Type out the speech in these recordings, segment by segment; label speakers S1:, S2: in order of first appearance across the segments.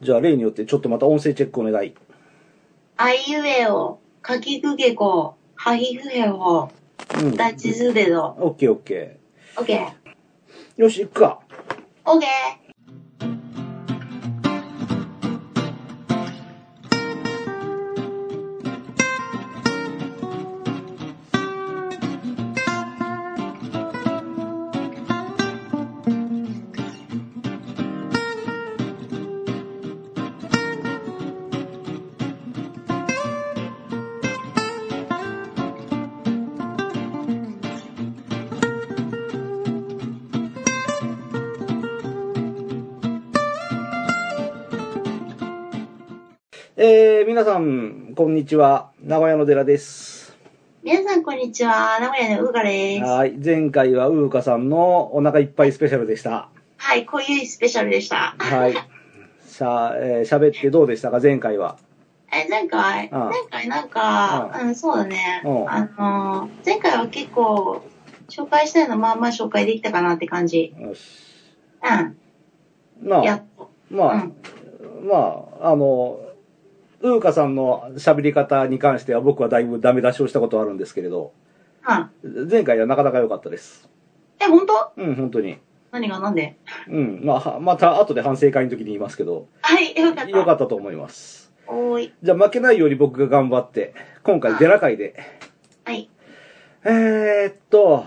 S1: じゃあ例によってちょっとまた音声チェックお願い。
S2: あいうえお、かきくけこ、はひふへほ、
S1: うん。
S2: だちずでど。
S1: オッケーオッケ
S2: オッケー。
S1: ー。よし、行くか。
S2: オッケ
S1: えー、皆さん、こんにちは。名古屋の寺です。
S2: ー。皆さんこんにちは。名古屋のうがです。
S1: はい。前回はウーカさんのお腹いっぱいスペシャルでした。
S2: はい、こういうスペシャルでした。
S1: はい。しゃ、えー、喋ってどうでしたか前回は。
S2: え、前回、
S1: うん
S2: 前回なんか、うん、そうだね。
S1: うん
S2: あのー、前回は結構、紹介したいのまあまあ紹介できたかなって感じ。
S1: よし。
S2: う
S1: ま
S2: ん。や
S1: あ
S2: っ、と。
S1: まあ、
S2: うん
S1: まあ、あの、ウーカさんの喋り方に関しては僕はだいぶダメ出しをしたことはあるんですけれど、
S2: うん。
S1: 前回はなかなか良かったです。
S2: え、本当
S1: うん、本当に。
S2: 何がなんで
S1: うん、まあ、はまた後で反省会の時に言いますけど、
S2: はい、よかった。
S1: 良かったと思います。
S2: おーい。
S1: じゃあ負けないように僕が頑張って、今回デラ会で、
S2: はい。
S1: えーっと、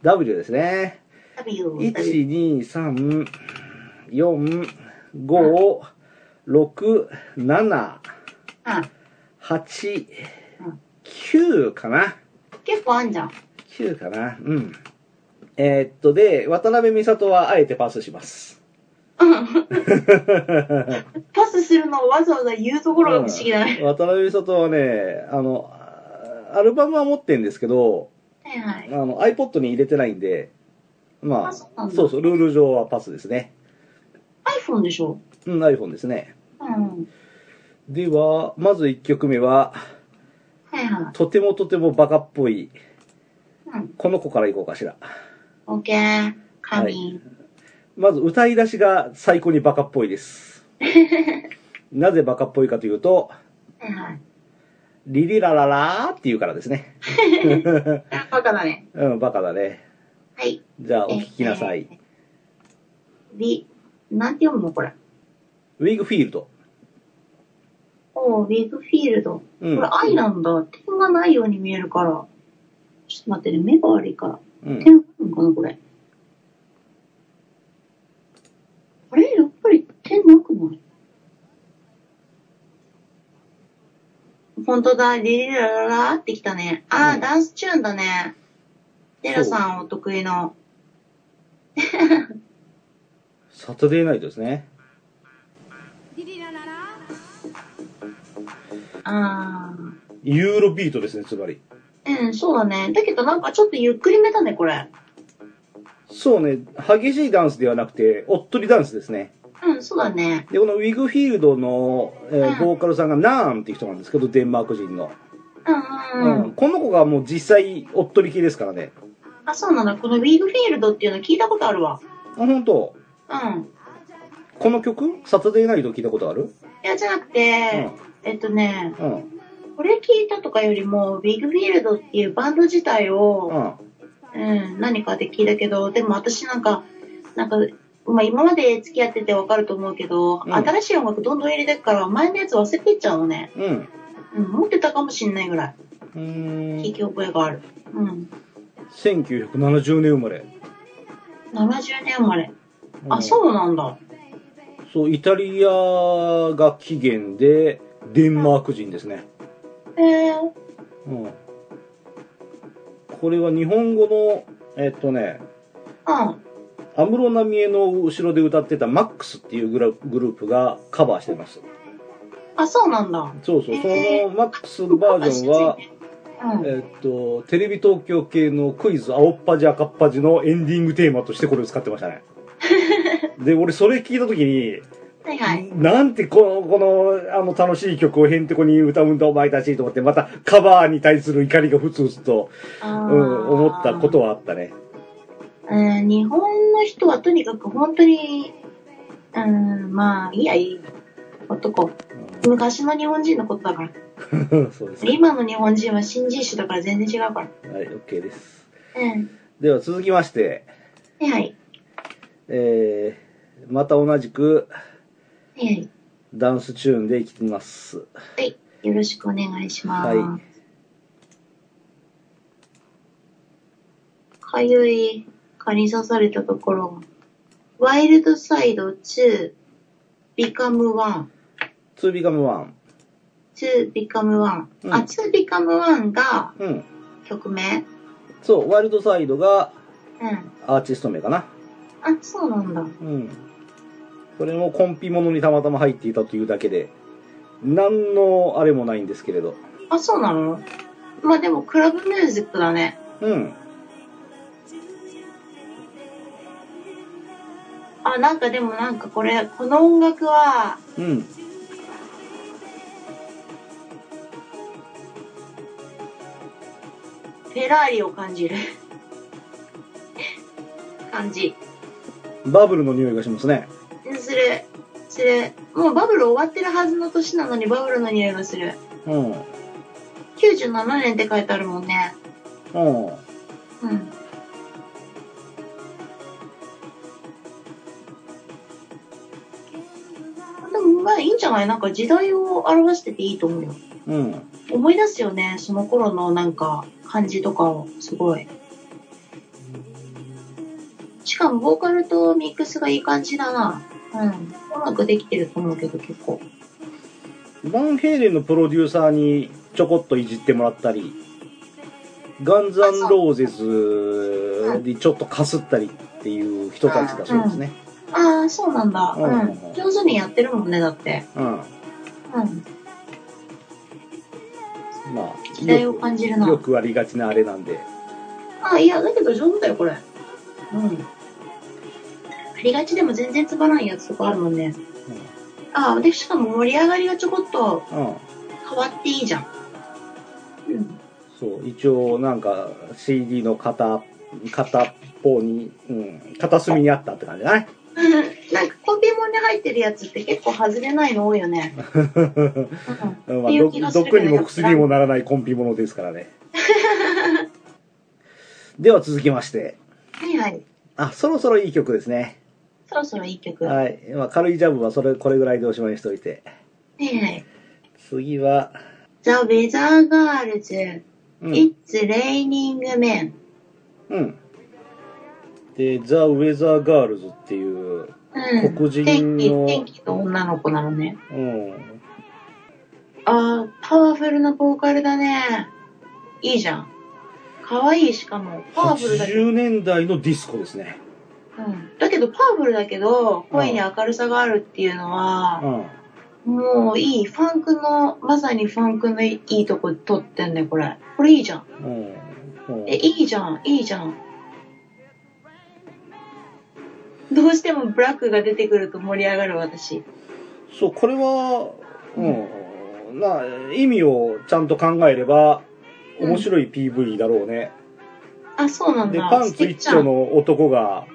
S1: W ですね。
S2: W。
S1: 1、2、3、4、5、6、7、
S2: うん。
S1: 8
S2: うん、
S1: 9かな。
S2: 結構あんじゃん。
S1: 9かな。うん。えーっと、で、渡辺美里はあえてパスします。
S2: パスするのをわざわざ言うところが不思議だね。
S1: うん渡辺美里はね、あの、あアルバムは持ってんですけど、
S2: はいは
S1: あ
S2: い。
S1: の、iPod に入れてないんで、まあ、
S2: あそうなんだ
S1: そうそう、ルール上はパスですね。
S2: iPhone でしょ
S1: うん、iPhone ですね。
S2: うん。
S1: では、まず1曲目は、
S2: はいは
S1: とてもとてもバカっぽい、
S2: い。うん。
S1: この子からいこうかしら。
S2: OK。神。
S1: まず歌い出しが最高にバカっぽい です。なぜバカっぽいかというと、
S2: はいはい。
S1: リリラララーっていうからですね。
S2: バカだね。
S1: うん、バカだね。
S2: はい。
S1: じゃあ、お聞きなさい。
S2: ビ、なんて読むのこれ。
S1: ウィグフィールド。
S2: おー、ウィグフィールド。こ
S1: う
S2: れ
S1: ん。
S2: 愛なんだ。点がないように見えるから。ちょっと待ってね、目が悪いから。
S1: うん。
S2: 点あるのかなこれ。あれやっぱり点なくない本当だ、リリラララってきたね。ああ、
S1: うん
S2: ダンスチューンだね。テラさんお得意の。
S1: サタデーナイトですね。
S2: あ
S1: ユーロビートですね、つまり。
S2: あ。うん、そうだね。だけどなんかちょっとゆっくりめだね、これ。
S1: そうね、激しいダンスではなくて、おっとりダンスですね。
S2: うん、そうだね。
S1: で、このウィグフィールドの、えー
S2: うん
S1: ボーカルさんがナーンっていう人なんですけど、デンマーク人の。
S2: うん、う、
S1: うん。
S2: うんん。
S1: この子がもう実際、おっとり系ですからね。
S2: あ、そうなんだ。このウィーグフィールドっていうの聞いたことあるわ。
S1: あ、本当
S2: うん。
S1: この曲サタデーナイト聞いたことある
S2: いや、じゃなくて、えっとね、
S1: うん。うん。
S2: これ聞いたとかよりも、ウィグフィールドっていうバンド自体
S1: う
S2: を、
S1: ん。
S2: うん、何かで聞いたけど、でも私なんか、なんか、まあ今まで付き合っててわかると思うけど、
S1: うん
S2: 新しい音楽どんどん入れてくから、前のやつ忘れてっちゃうのね。
S1: うん。
S2: うん、持ってたかもしんないぐらい、
S1: うー
S2: 聞
S1: ん
S2: き覚えがある。うん。
S1: 1970年生まれ。
S2: 70年生まれ。あ、
S1: う
S2: そうなんだ。
S1: んそう、イタリアが起源で、デンマーク人ですね。
S2: へえ。
S1: うん。これは日本語の、えっとね、
S2: うん。
S1: 安室奈美恵の後ろで歌ってたマックスっていうグラグループがカバーしてます。
S2: あ、そうなんだ。
S1: そうそう、そ
S2: えー
S1: のマックスバージョンは、
S2: うん。
S1: えっと、テレビ東京系のクイズ青っ端赤っ端のエンディングテーマとしてこれを使ってました ね。で、俺それ聞いた時に、
S2: はいはい。
S1: なんてこの、この、あの楽しい曲をへんてこに歌うんだお前たちと思って、またカバーに対する怒りがふつふつと、う
S2: あー
S1: ん、思ったことはあったね。
S2: うん日本の人はとにかく本当に、うん、まあ、いや、いい。男昔の日本人のことだから
S1: うん、そうですね。
S2: 今の日本人は新人種だから全然違うから
S1: はい、OK です。
S2: うん
S1: では続きまして、
S2: はいはい
S1: えー、また同じく
S2: はいはい
S1: ダンスチューンで生きてます。
S2: はいよろしくお願いします、
S1: は
S2: かゆい蚊に刺されたところワイルドサイド2 become one
S1: 2ビカム1。
S2: 2 become one、
S1: うん
S2: あ2 become one が
S1: うん。
S2: 曲名
S1: そう、ワイルドサイドが
S2: うん
S1: アーティスト名かな。
S2: あそうなんだ
S1: うん。これもコンピものにたまたま入っていたというだけで、何のあれもないんですけれど。
S2: あそうなのまあでもクラブミュージックだね
S1: うん。
S2: あなんかでもなんかこれこの音楽は
S1: うん。
S2: フェラーリを感じる 感じ
S1: バブルの匂いがしますね。
S2: するするもうバブル終わってるはずの年なのにバブルの匂いがする
S1: うん。
S2: 97年って書いてあるもんね
S1: うん。
S2: うんでもまあいいんじゃないなんか時代を表してていいと思うよ
S1: うん。
S2: 思い出すよねその頃のなんか感じとかをすごいしかもボーカルとミックスがいい感じだなうんうまくできてると思うけど結構
S1: バンヘイレンのプロデューサーにちょこっといじってもらったり、ガンザンローゼズにちょっとかすったりっていう人たちだそうですね。
S2: ああそうなんだ
S1: うん
S2: うん、上手にやってるもんねだって
S1: うん。
S2: うん
S1: ま
S2: 時
S1: あ、
S2: 代を
S1: よ
S2: 感じる
S1: く、
S2: な
S1: よくありがちなあれなんで。
S2: あいやだけど上手だよこれうんありがちでも全然つまらんやつとかあるもんねああでしかも盛り上がりがちょこっと
S1: うん。うん。
S2: 変わっていいじゃんうん
S1: そう、一応なんか CD の片、片っぽに、うん、片隅にあったって感じだね。
S2: なんかコンビモンに入ってるやつって結構外れないの多い よね。うん
S1: ま
S2: っ
S1: あ、
S2: ていう
S1: ど
S2: 気がするけど
S1: 毒にも薬にもならないコンピものですから ね。では続きまして。
S2: はいはい。
S1: あ、そろそろいい曲ですね。
S2: そろそろいい曲。は
S1: はい。まあ、軽いジャブはそれ、これぐらいでおしまいにしといて。
S2: いはい。
S1: 次は、
S2: The Weather Girls,
S1: うん。
S2: It's Raining Men.
S1: うん。で、The Weather Girls っていう、
S2: うん。
S1: 黒人
S2: 天気、
S1: の
S2: 天気の女の子なのね。
S1: うん。
S2: ああ、パワフルなボーカルだね。いいじゃん。可愛いしかも。パワフルだけど。
S1: 80年代のディスコですね。
S2: うん、だけど、パワフルだけど、声に明るさがあるっていうの
S1: う
S2: は、
S1: ん。
S2: もういい。ファンクの、まさにファンクのいいとこ取ってんね、これ。これいいじゃん。
S1: うん。うん
S2: え、いいじゃん、いいじゃん。どうしてもブラックが出てくると盛り上がる私。
S1: そう、これは、うん。な、意味をちゃんと考えれば、面白い PV だろうね。
S2: あ、そうなん
S1: で、
S2: だ。
S1: パン
S2: 素
S1: ツ
S2: 敵
S1: 一
S2: じゃん
S1: 丁の男が、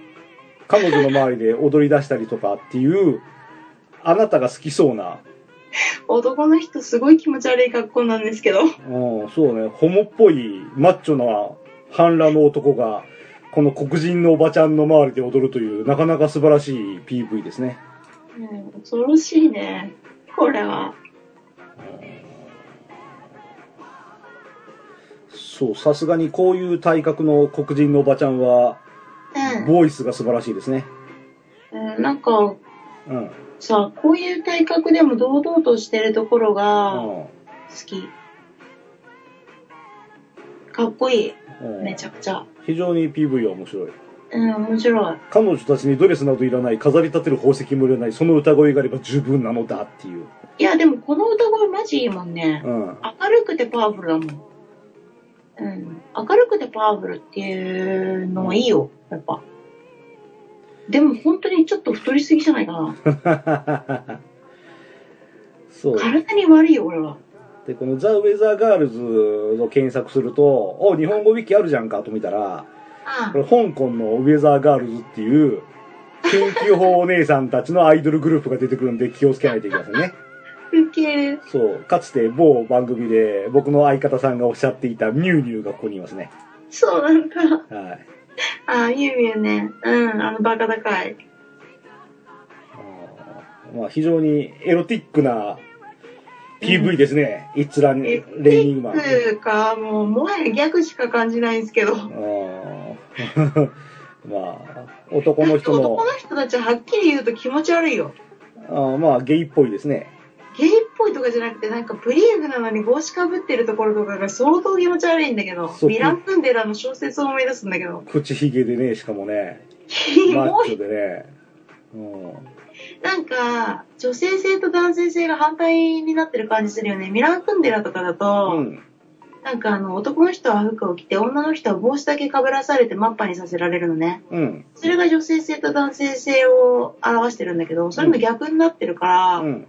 S1: 彼女の周りで踊り出したりとかっていう、あなたが好きそうな、
S2: 男の人すごい気持ち悪い格好なんですけど。
S1: うん、そうね、ホモっぽいマッチョな反乱の男が、この黒人のおばちゃんの周りで踊るという、なかなか素晴らしい PV ですね。
S2: うん、恐ろしいね。これは。
S1: そう、さすがにこういう体格の黒人のおばちゃんは、
S2: う
S1: ボイスが素晴らしいですね。
S2: ん。うん、なんか、
S1: うん。うん。
S2: さ、こういう体格でも堂々としてるところが好き。かっこいい。
S1: うん
S2: めちゃくちゃ。
S1: 非常に PV は面白い。
S2: うん、面白い。
S1: 彼女たちにドレスなどいらない、飾り立てる宝石もいらない、その歌声があれば十分なのだっていう。
S2: いや、でもこの歌声マジいいもんね。
S1: うん。
S2: 明るくてパワフルだもん。うん。明るくてパワフルっていうのはいいよ、やっぱ。でも本当にちょっと太りすぎじゃないかな。
S1: そう。
S2: 体に悪いよ、俺は。
S1: で、このザ・ウェザー・ガールズを検索すると、お、日本語ウィキあるじゃんかと見たら、
S2: あ
S1: これ香港のウェザー・ガールズっていう、研究法お姉さんたちのアイドルグループが出てくるんで気をつけないといけませんね。
S2: ウケる。
S1: そう、かつて某番組で僕の相方さんがおっしゃっていたミュウミュウがここにいますね。
S2: そうなんだ。
S1: はい。
S2: あ、ゆうゆうね。うん、あのバカ高い。
S1: あーまあ、非常にエロティックな PV ですね。イッツラン・レ
S2: エ
S1: イニングマン。
S2: つうか、もう、もはや逆しか感じないんですけ
S1: あ
S2: ど。
S1: ー まあ、男の人の
S2: 男、の人たちははっきり言うと気持ち悪いよ。
S1: あーまあ、ゲイっぽいですね。
S2: ゲイっぽいとかじゃなくて、なんかプリーズなのに帽子かぶってるところとかが相当気持ち悪いんだけど、
S1: そう
S2: ミラン・クンデラの小説を思い出すんだけど、
S1: 口ひげでね、しかもね、
S2: キ
S1: マ
S2: モ
S1: ッ
S2: い
S1: チョでね。うん
S2: なんか、女性性と男性性が反対になってる感じするよね。ミラン・クンデラとかだ
S1: う
S2: と、
S1: ん。
S2: なんかあの、男の人は服を着て、女の人は帽子だけかぶらされてマッパにさせられるのね。
S1: うん。
S2: それが女性性と男性性を表してるんだけど、それも逆になってるから、
S1: うん。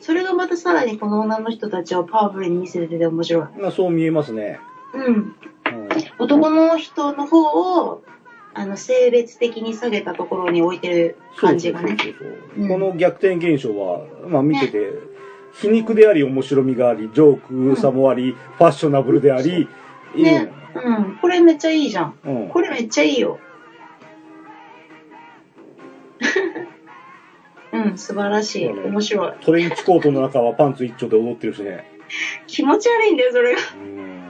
S2: それがまたさらにこの女の人たちをパワフルに見せてて面白い。
S1: まあ、そう見えますね。
S2: うん。
S1: うん
S2: 男の人の方を、あの、性別的に下げたところに置いてる感じがね。
S1: そうそうそうそう
S2: うん
S1: この逆転現象は、まあ見てて、皮肉であり面白みがあり、ジョークさもあり、ファッショナブルであり、いいよ
S2: ねうん。これめっちゃいいじゃん。
S1: うん。
S2: これめっちゃいいよ。 うん、素晴らしい。面白い。
S1: トレンチコートの中はパンツ一丁で踊ってるしね。
S2: 気持ち悪いんだよ、それが。
S1: うん。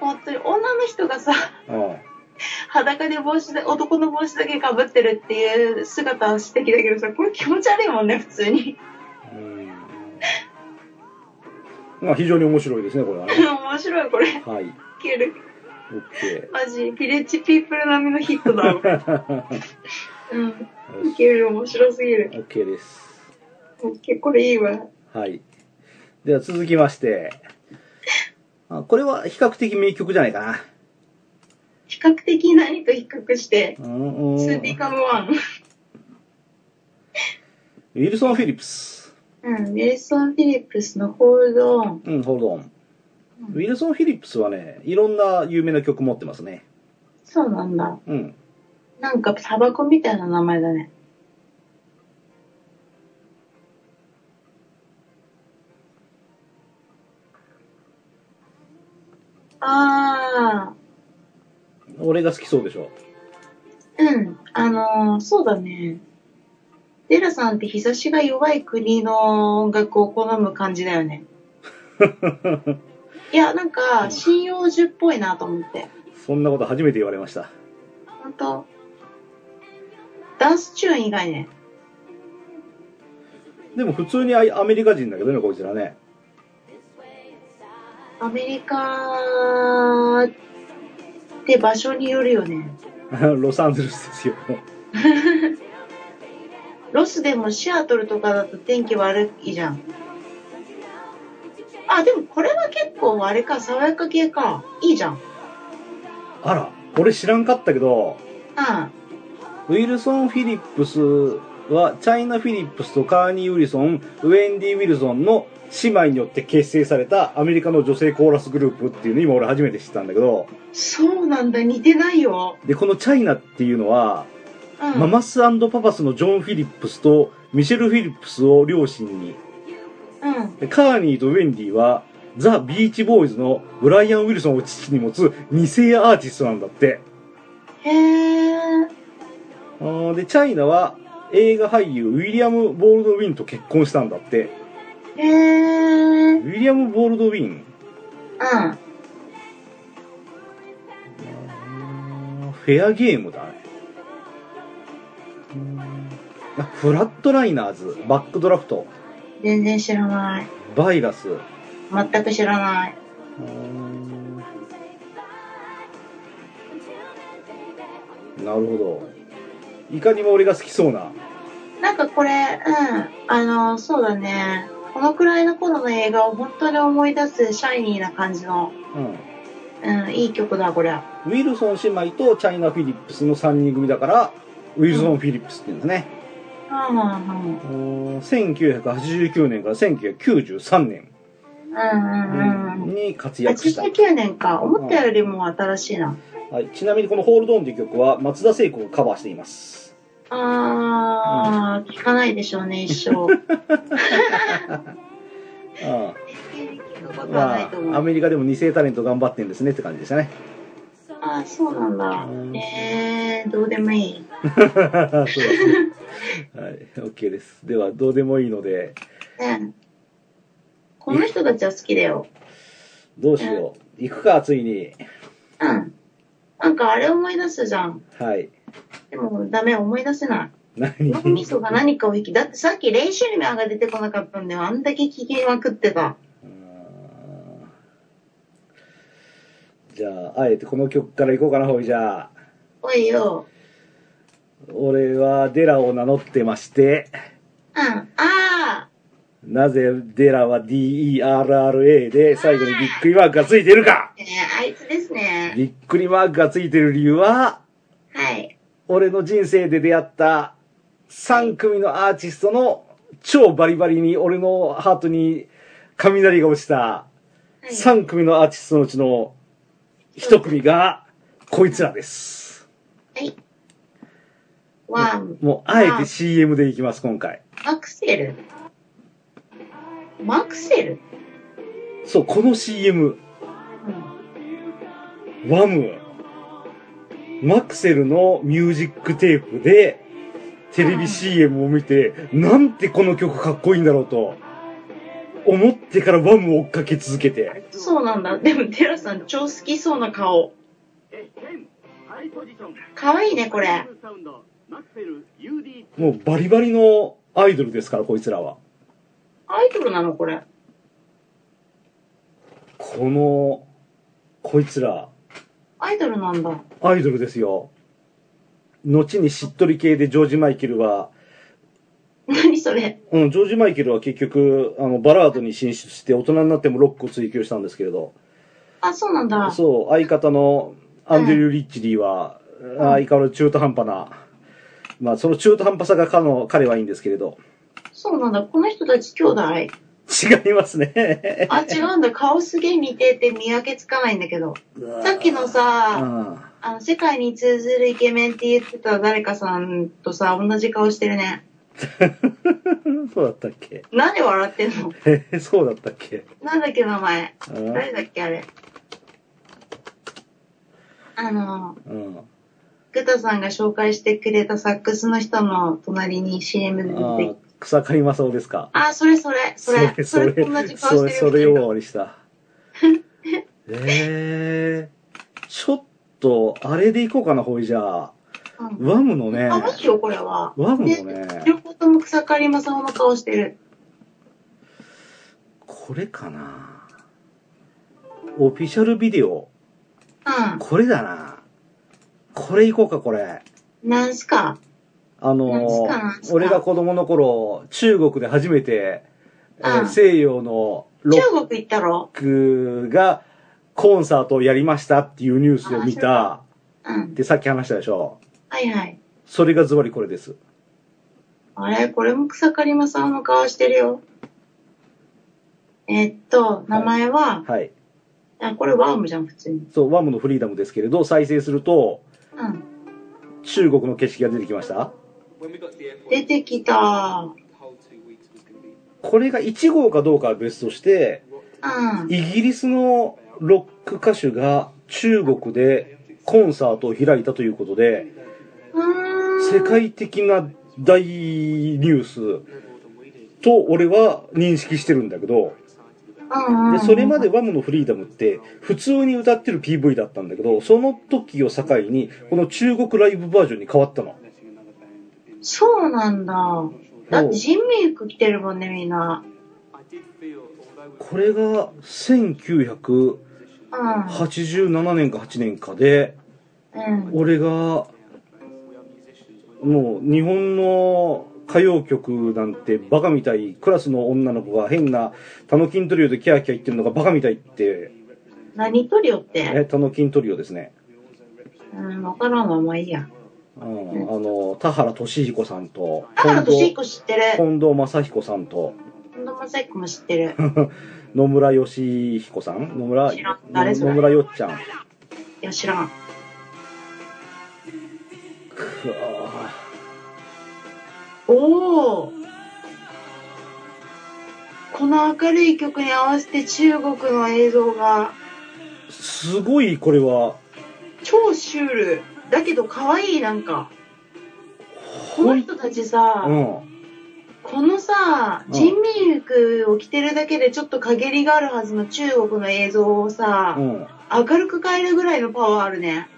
S2: 本当に。女の人がさ、
S1: うん
S2: 裸で帽子で、男の帽子だけ被ってるっていう姿は素敵だけどさ、これ気持ち悪いもんね、普通に。
S1: うん。まあ非常に面白いですね、これはね。
S2: 面白い、これ。
S1: はい。
S2: ける。
S1: OK。
S2: マジ、ビレッジピープル並みのヒットだわ。うん。いける、面白すぎる。
S1: OK です。
S2: 結構これいいわ。
S1: はい。では続きまして。あこれは比較的名曲じゃないかな。
S2: 比較的何と比較して、
S1: うんうん
S2: 2ビカムワン。
S1: ウィルソン・フィリップス。
S2: うん、ウィルソン・フィリップスのホールドオン。
S1: うん、ホールドオン。ウィルソン・フィリップスはね、いろんな有名な曲持ってますね。
S2: そうなんだ。
S1: うん。
S2: なんかタバコみたいな名前だね。あ
S1: 俺が好きそうでしょ。
S2: ー、うん。あのー、そうだね。デラさんって日差しが弱い国の音楽を好む感じだよね。いや、なんか、針葉樹っぽいなと思って。
S1: そんなこと初めて言われました。
S2: ほんと。ダンスチューン以外ね。
S1: でも普通にアアメリカ人だけどね、こいつらね。
S2: アメリカって場所によるよね。
S1: ロサンゼルスですよ。
S2: ロスでもシアトルとかだと天気悪いじゃん。あ、でもこれは結構あれか、爽やか系か。いいじゃん。うん。
S1: あら、俺知らんかったけど、
S2: あ
S1: ウィルソン・フィリップスは、チャイナ・フィリップスとカーニー・ウィルソン、ウェンディ・ウィルソンの姉妹によって結成されたアメリカの女性コーラスグループっていうの今俺初めて知ったんだけど、
S2: そうなんだ、似てないよ。
S1: で、このチャイナっていうのは、
S2: うん。
S1: ママスパパスのジョン・フィリップスとミシェル・フィリップスを両親に、
S2: うん。
S1: でカーニーとウェンディは、ザ・ビーチボーイズのブライアン・ウィルソンを父に持つ二世アーティストなんだって。
S2: へー。
S1: あーで、チャイナは映画俳優ウィリアム・ボールドウィンと結婚したんだって。
S2: へー。
S1: ウィリアム・ボールドウィン
S2: うん。
S1: あーフェアゲームだね。あフラットライナーズ、バックドラフト、
S2: 全然知らない。
S1: バイラス、
S2: 全く知らない。
S1: なるほど。いかにも俺が好きそうな。
S2: なんかこれ、うん、あの、そうだね。このくらいの頃の映画を本当に思い出すシャイニーな感じの、
S1: うん。
S2: うん、いい曲だ、これ。
S1: ウィルソン姉妹とチャイナ・フィリップスの3人組だから、ウィルソン・フィリップスって言うんだね。
S2: うん、うん、うん。
S1: うん1989年から1993年
S2: うん、うん、うん。
S1: に活躍した。
S2: 89年か。思ったよりも新しいな。
S1: はい、ちなみにこの「ホールドオン」という曲は松田聖子がカバーしています
S2: あー、聞かないでしょうね、一生。ことはないと思う。
S1: アメリカでも二世タレント頑張ってんですねって感じでしたね。
S2: ああ、そうなん
S1: うん
S2: だ。えー、どうでもいい。
S1: そうですね。はい、OK です。では、どうでもいいので、
S2: ねこの人たちは好きだよ。
S1: どうしよう。行くか、ついに。
S2: うん。なんかあれ思い出すじゃん。
S1: はい。
S2: でもダメ、思い出せない。
S1: 何
S2: 脳みそが何かを引き、だってさっき練習名が出てこなかったんだよ。あんだけ聞きまくってた。
S1: うんじゃあ、あえてこの曲から行こうかな、ほいじゃあ。
S2: おいよ。
S1: 俺はデラを名乗ってまして、
S2: うん。ああ
S1: なぜデラは DERRA で最後にびっくりマークがついてるか
S2: ー、ねあいつですね。
S1: びっくりマークがついてる理由は、
S2: はい。
S1: 俺の人生で出会った3組のアーティストの超バリバリに俺のハートに雷が落ちた
S2: はい、
S1: 3組のアーティストのうちの1組がこいつらです。
S2: はい。ワン、
S1: もうあえて CM でいきます、今回。
S2: マクセル。マクセル
S1: そう、この CM、
S2: うん。
S1: ワム、マクセルのミュージックテープでテレビ CM を見て、なんてこの曲かっこいいんだろうと思ってからワムを追っかけ続けて。
S2: そうなんだ。でも、テラさん超好きそうな顔。かわいいね、これ。
S1: もうバリバリのアイドルですから、こいつらは。
S2: アイドルなの、これ。
S1: この、こいつら、
S2: アイドルなんだ。
S1: アイドルですよ。後にしっとり系でジョージ・マイケルは、
S2: 何それ。
S1: うん、ジョージ・マイケルは結局、あの、バラードに進出して大人になってもロックを追求したんですけれど、
S2: あ、そうなんだ。
S1: そう、相方のアンドリュー・リッチリーは、
S2: ん
S1: 相変わらず中途半端な、まあ、その中途半端さが彼の彼はいいんですけれど、
S2: そうなんだ。この人たち兄 弟。
S1: 違いますね。
S2: あ、違うんだ。顔すげえ似てて見分けつかないんだけど。 さっきの
S1: う
S2: さ、
S1: ん、
S2: あの、世界に通ずるイケメンって言ってた誰かさんとさ、同じ顔してるね。
S1: そうだったっけ
S2: なんで笑ってんの
S1: えーそうだったっけ
S2: なんだっけ、名前。
S1: うん
S2: 誰だっけ、あれ。あの、
S1: うん。
S2: グタさんが紹介してくれたサックスの人の隣に CM で出
S1: あ
S2: てき
S1: ー草刈正雄ですか。
S2: あ、それそれ、それ、それ、同じ顔
S1: そ
S2: し
S1: れ、
S2: てる。
S1: それを終わりした。 えー、ちょっと、あれでいこうかな、ほいじゃあ。
S2: うん
S1: ワムのね、
S2: あ、もしよ、これは。
S1: ワムの
S2: で、
S1: ね、
S2: 両方とも草刈正雄の顔してる。
S1: これかな。オフィシャルビデオ。
S2: う
S1: これだな。これいこうか、これ。
S2: ん。なんすか
S1: あ
S2: なん
S1: の
S2: すかなんす、か
S1: 俺が子供の頃、中国で初めて、えー
S2: うん
S1: 西洋のロック
S2: 中国行ったろ
S1: 僕がコンサートをやりましたっていうニュースを見た
S2: うん。
S1: でさっき話したでしょ
S2: はいはい。
S1: それがズバリこれです
S2: あれこれも草刈正雄の顔してるよ。えっと、名前は、
S1: はい
S2: あ、これワームじゃん、普通に。
S1: そうワムのフリーダムですけれど再生すると
S2: うん。
S1: 中国の景色が出てきました
S2: 出てきた。
S1: これが1号かどうかは別として
S2: うん。
S1: イギリスのロック歌手が中国でコンサートを開いたということで
S2: うーん。
S1: 世界的な大ニュースと俺は認識してるんだけど
S2: うんうんうん
S1: でそれまでワムのフリーダムって普通に歌ってる PV だったんだけどその時を境にこの中国ライブバージョンに変わったの
S2: そうなんだ。だって人民服着てるもんね、みんな。
S1: これが1987
S2: う
S1: 年か8年かで
S2: ん。うん。
S1: 俺がもう日本の歌謡曲なんてバカみたいクラスの女の子が変なタノキントリオでキャーキャー言ってるのがバカみたいって
S2: 何トリオっ
S1: え
S2: て
S1: タノキントリオですね、
S2: うん、わからんわ、まあいいや。
S1: うん、あの田原俊彦さんと
S2: だから
S1: 近
S2: 年
S1: 藤
S2: 一個知ってる。
S1: 近藤正彦さんと
S2: 近藤正彦も知ってる。
S1: 野村義彦さん野村
S2: 知らん誰それ
S1: 野村よっちゃんく
S2: いや、知らん。
S1: わ
S2: おお。この明るい曲に合わせて中国の映像が
S1: すごいこれは
S2: 超シュールだけど可愛いなんかこ
S1: ほ
S2: の
S1: ん
S2: 人たちさ、
S1: うん
S2: このさ
S1: うん
S2: 人民服を着てるだけでちょっと陰りがあるはずの中国の映像をさ、
S1: うん
S2: 明るく変えるぐらいのパワーあるね、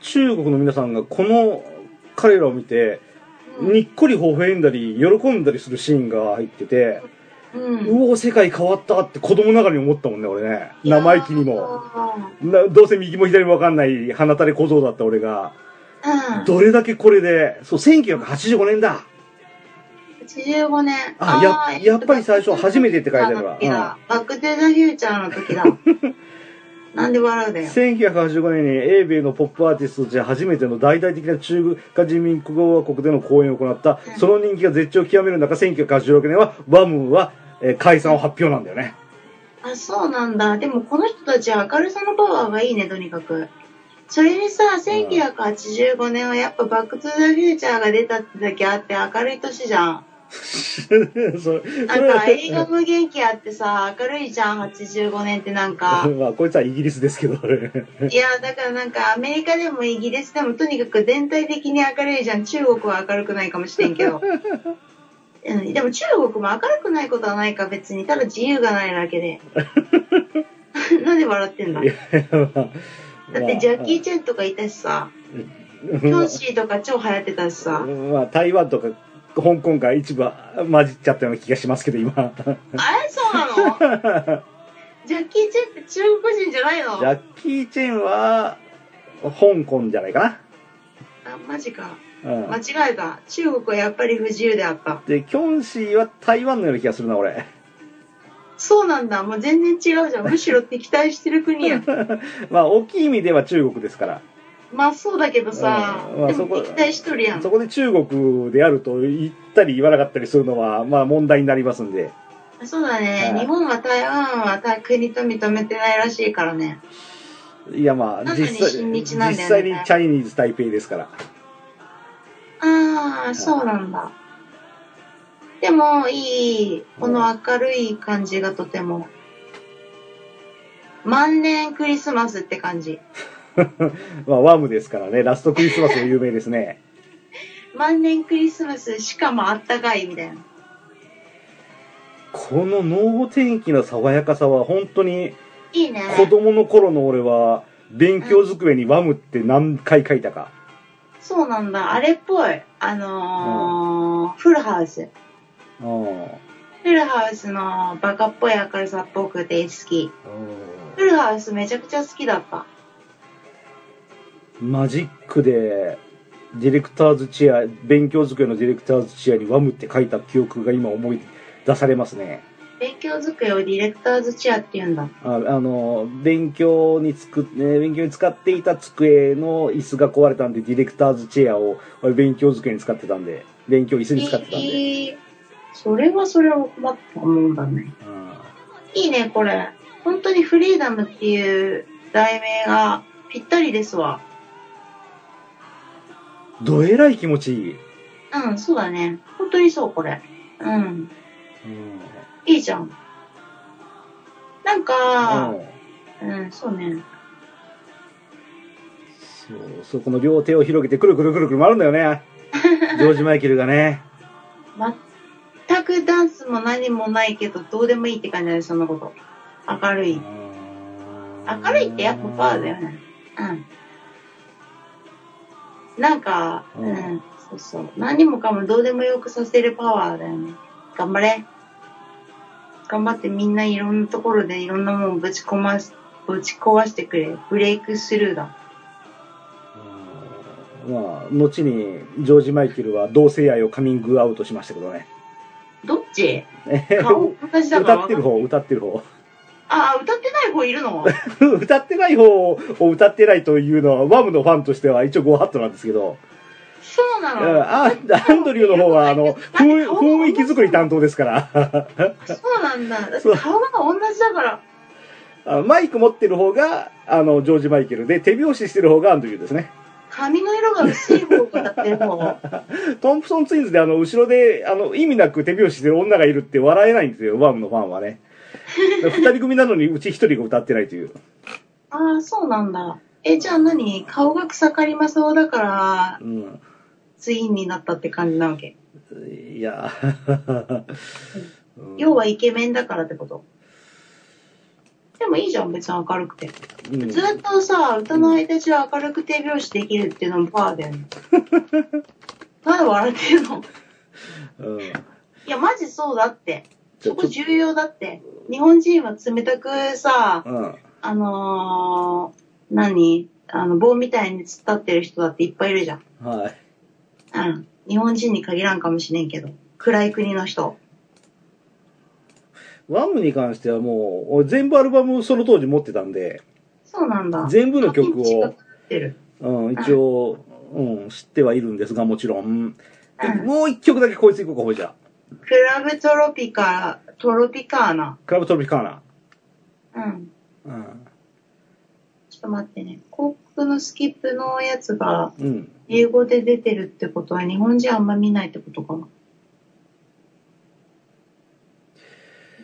S1: 中国の皆さんがこの彼らを見て
S2: うん
S1: にっこり微笑んだり喜んだりするシーンが入ってて
S2: うん
S1: うお世界変わったって子供ながらに思ったもんね俺ね生意気にも
S2: あ
S1: などうせ右も左も分かんない鼻垂れ小僧だった俺が
S2: ーうん
S1: どれだけこれでそう1985年だ
S2: 85年
S1: あや
S2: ー
S1: やっぱり最初初めてって書いてあるわ
S2: バック・トゥ・ザ・フューチャーの時だなんで笑うだよ
S1: 1985年に英米のポップアーティストとして初めての大々的な中華人民共和国での公演を行った、
S2: うん
S1: その人気が絶頂を極める中1986年はバムは、えー解散を発表なんだよね
S2: あそうなんだでもこの人たちは明るさのパワーがいいねとにかくそれにさ1985年はやっぱ「バック・トゥ・ザ・フューチャー」が出たってだけあって明るい年じゃん
S1: それそれ
S2: なんか映画も元気あってさ明るいじゃん85年ってなん か
S1: まあこいつはイギリスですけどあれ
S2: いやだからなんかアメリカでもイギリスでもとにかく全体的に明るいじゃん中国は明るくないかもしれんけどうんでも中国も明るくないことはないか別にただ自由がないだけでなんで笑ってんだ
S1: いやまあ
S2: だってジャッキー・チェンとかいたしさ、キョンシーとか超流行ってたしさ、
S1: まあ台湾とか香港が一部混じっちゃったような気がしますけど今
S2: あれそう なのジャッキー・チェンって中国人じゃないの
S1: ジャッキー・チェンは香港じゃないか
S2: あ、マジか。
S1: な、うん
S2: 間違えた。中国はやっぱり不自由であった。
S1: でキョンシーは台湾のような気がするな俺
S2: そうなんだ。もう全然違うじゃん。むしろ敵対してる 国や。
S1: まあ大きい意味では中国ですから
S2: まあそうだけどさ、
S1: うんまあ
S2: で
S1: そこ
S2: も敵対しとるやん。
S1: そこで中国であると言ったり言わなかったりするのはまあ問題になりますんで
S2: そうだね
S1: う。ん
S2: 日本は台湾は他国と認めてないらしいからね。
S1: いやまあ
S2: なのに
S1: 実際
S2: 親日
S1: 実
S2: なんだよね
S1: 際にチャイニーズ台北ですから
S2: ああ、そうなんだ。でも、いい。この明るい感じがとても。万年クリスマスって感じ。
S1: まあワームですからねラストクリスマスも有名ですね
S2: 万年クリスマスしかもあったかいみたいな。
S1: この能天気な爽やかさは本当に
S2: いいね。
S1: 子供の頃の俺は勉強机にワムって何回書いたか
S2: そうなんだ。あれっぽい。あのーフルハウス。
S1: うん
S2: フルハウスのバカっぽい明るさっぽくて好き。フルハウスめちゃくちゃ好きだった。
S1: マジックで、ディレクターズチェア、勉強机のディレクターズチェアにワムって書いた記憶が今思い出されますね。
S2: 勉強机をディレクターズチェアって言うんだ。
S1: ああの、勉強につく、ね、勉強に使っていた机の椅子が壊れたんで、ディレクターズチェアを俺勉強机に使ってたんで、勉強椅子に使ってたんで。
S2: いいそれはそれは困ったもんだね。
S1: うん
S2: いいね、これ。本当にフリーダムっていう題名がぴったりですわ。
S1: どえらい気持ちいい。
S2: うん、そうだね。本当にそう、これ。うん。
S1: うん
S2: いいじゃん。なんか
S1: う、ん
S2: うん、そうね。
S1: そう、そう、この両手を広げてくるくるくるくる回るんだよ ね。ジョージ・マイケルがね。
S2: 全くダンスも何もないけど、どうでもいいって感じだね、そのこと。明るい。明るいってやっぱパワーだよね。うん。なんか、う、
S1: うんん
S2: そうそう。何もかもどうでもよくさせるパワーだよね。頑張れ。頑張ってみんないろんなところでいろんなもんぶち込まし、ぶち壊してくれ。ブレイクスルーだ。
S1: まあ、後にジョージ・マイケルは同性愛をカミングアウトしましたけどね。
S2: どっち顔同じだから
S1: 歌ってる方、歌ってる方。
S2: ああ、歌ってない子いるの
S1: 歌ってない方を歌ってないというのは、ワムのファンとしては一応ご法度なんですけど、
S2: そうなの。
S1: あアンドリューの方は、あの、雰雰囲気作り担当ですから、
S2: そうなんだ。だって
S1: そう
S2: 顔が同じだから。
S1: あマイク持ってる方が、あの、ジョージ・マイケルで、手拍子してる方がアンドリューですね。
S2: 髪の色が薄い方が歌ってる方を。
S1: トンプソンツインズであの、後ろで、あの、意味なく手拍子してる女がいるって笑えないんですよ、ワームのファンは ね。二人組なのにうち一人が歌ってないという。
S2: ああ、そうなんだ。え、じゃあ何顔が草刈りまそうだから、
S1: うん。
S2: ツインになったって感じなわけ。
S1: いや、うん
S2: 要はイケメンだからってこと。でもいいじゃん、別に明るくて。
S1: うん
S2: ずっとさ、歌の間中明るく手拍子できるっていうのもパーだよ ね。なんで笑ってるの
S1: うん
S2: いや、マジそうだって。
S1: ち
S2: そ
S1: ょ
S2: こ重要だって。日本人は冷たくさ、
S1: うん
S2: あのー、何あの、棒みたいに突っ立ってる人だっていっぱいいるじゃん。
S1: はい。
S2: うん。日本人に限らんかもしれんけど。暗い国の人。
S1: ワームに関してはもう、俺全部アルバムその当時持ってたんで、
S2: そうなんだ。
S1: 全部の曲
S2: 近く
S1: を、
S2: ってる。
S1: うん、一応、うん、知ってはいるんですが、もちろん。で
S2: うん
S1: もう一曲だけこいつ行こうか、ほいじゃあ。
S2: クラブトロピカ、トロピカーナ。
S1: クラブトロピカーナ。
S2: うん。
S1: うん。
S2: ちょっと待ってね。広告のスキップのやつが
S1: うん。
S2: 英語で出てるってことは日本人あんま見ないってことかな。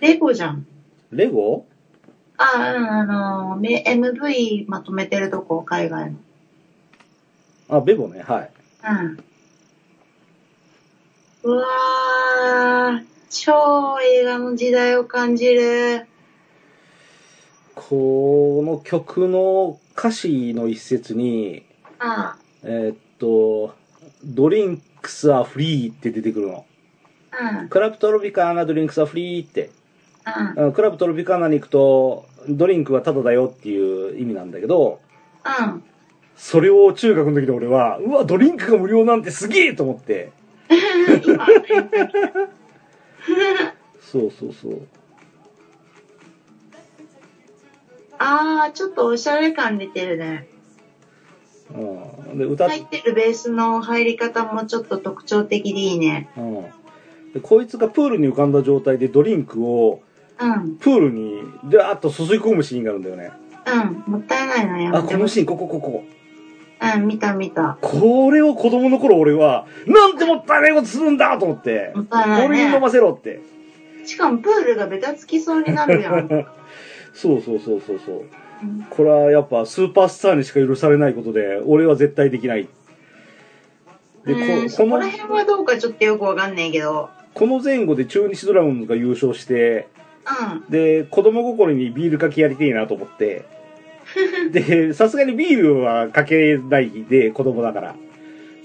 S2: レゴじゃん。
S1: レゴ
S2: ああ、あの、め MV まとめてるとこ、海外の。
S1: あ、ベボね、はい。
S2: うん。うわー、超映画の時代を感じる。
S1: この曲の歌詞の一節に、
S2: あ
S1: えーっと、ドリンクスはフリーって出てくるの。
S2: あ、うん、
S1: クラブトロピカーナドリンクスはフリーって。
S2: う
S1: う
S2: ん、
S1: んクラブトロピカーナに行くと、ドリンクはタダだよっていう意味なんだけど、
S2: うん。
S1: それを中学の時の俺は、うわ、ドリンクが無料なんてすげえと思って。
S2: 今、
S1: そうそうそう。
S2: ああ、ちょっとおしゃれ感出てるね。
S1: うん、で、歌っ、
S2: 入ってるベースの入り方もちょっと特徴的でいいね。
S1: うん。で、こいつがプールに浮かんだ状態でドリンクを、
S2: うん、
S1: プールに、でーっと注ぎ込むシーンがあるんだよね。
S2: うん、もったいないな、や
S1: あ、
S2: め
S1: こ
S2: て
S1: の
S2: ほ
S1: シーン、ここ、ここ。
S2: うん、見た見た。
S1: これを子供の頃俺は、なんてもったいないことするんだと思って
S2: も、ったいない
S1: 俺に飲
S2: ね。
S1: ませろって。
S2: しかもプールがベタつきそうになるや ん。
S1: そうそうそうそうそう。
S2: うん
S1: これはやっぱスーパースターにしか許されないことで、俺は絶対できない。で、
S2: うん、
S1: ここ
S2: そこ
S1: の
S2: ら、辺はどうかちょっとよくわかんないけど。
S1: この前後で中日ドラゴンズが優勝して、
S2: うん、
S1: で、子供心にビールかけやりてえなと思って、で、さすがにビールはかけないで、子供だから。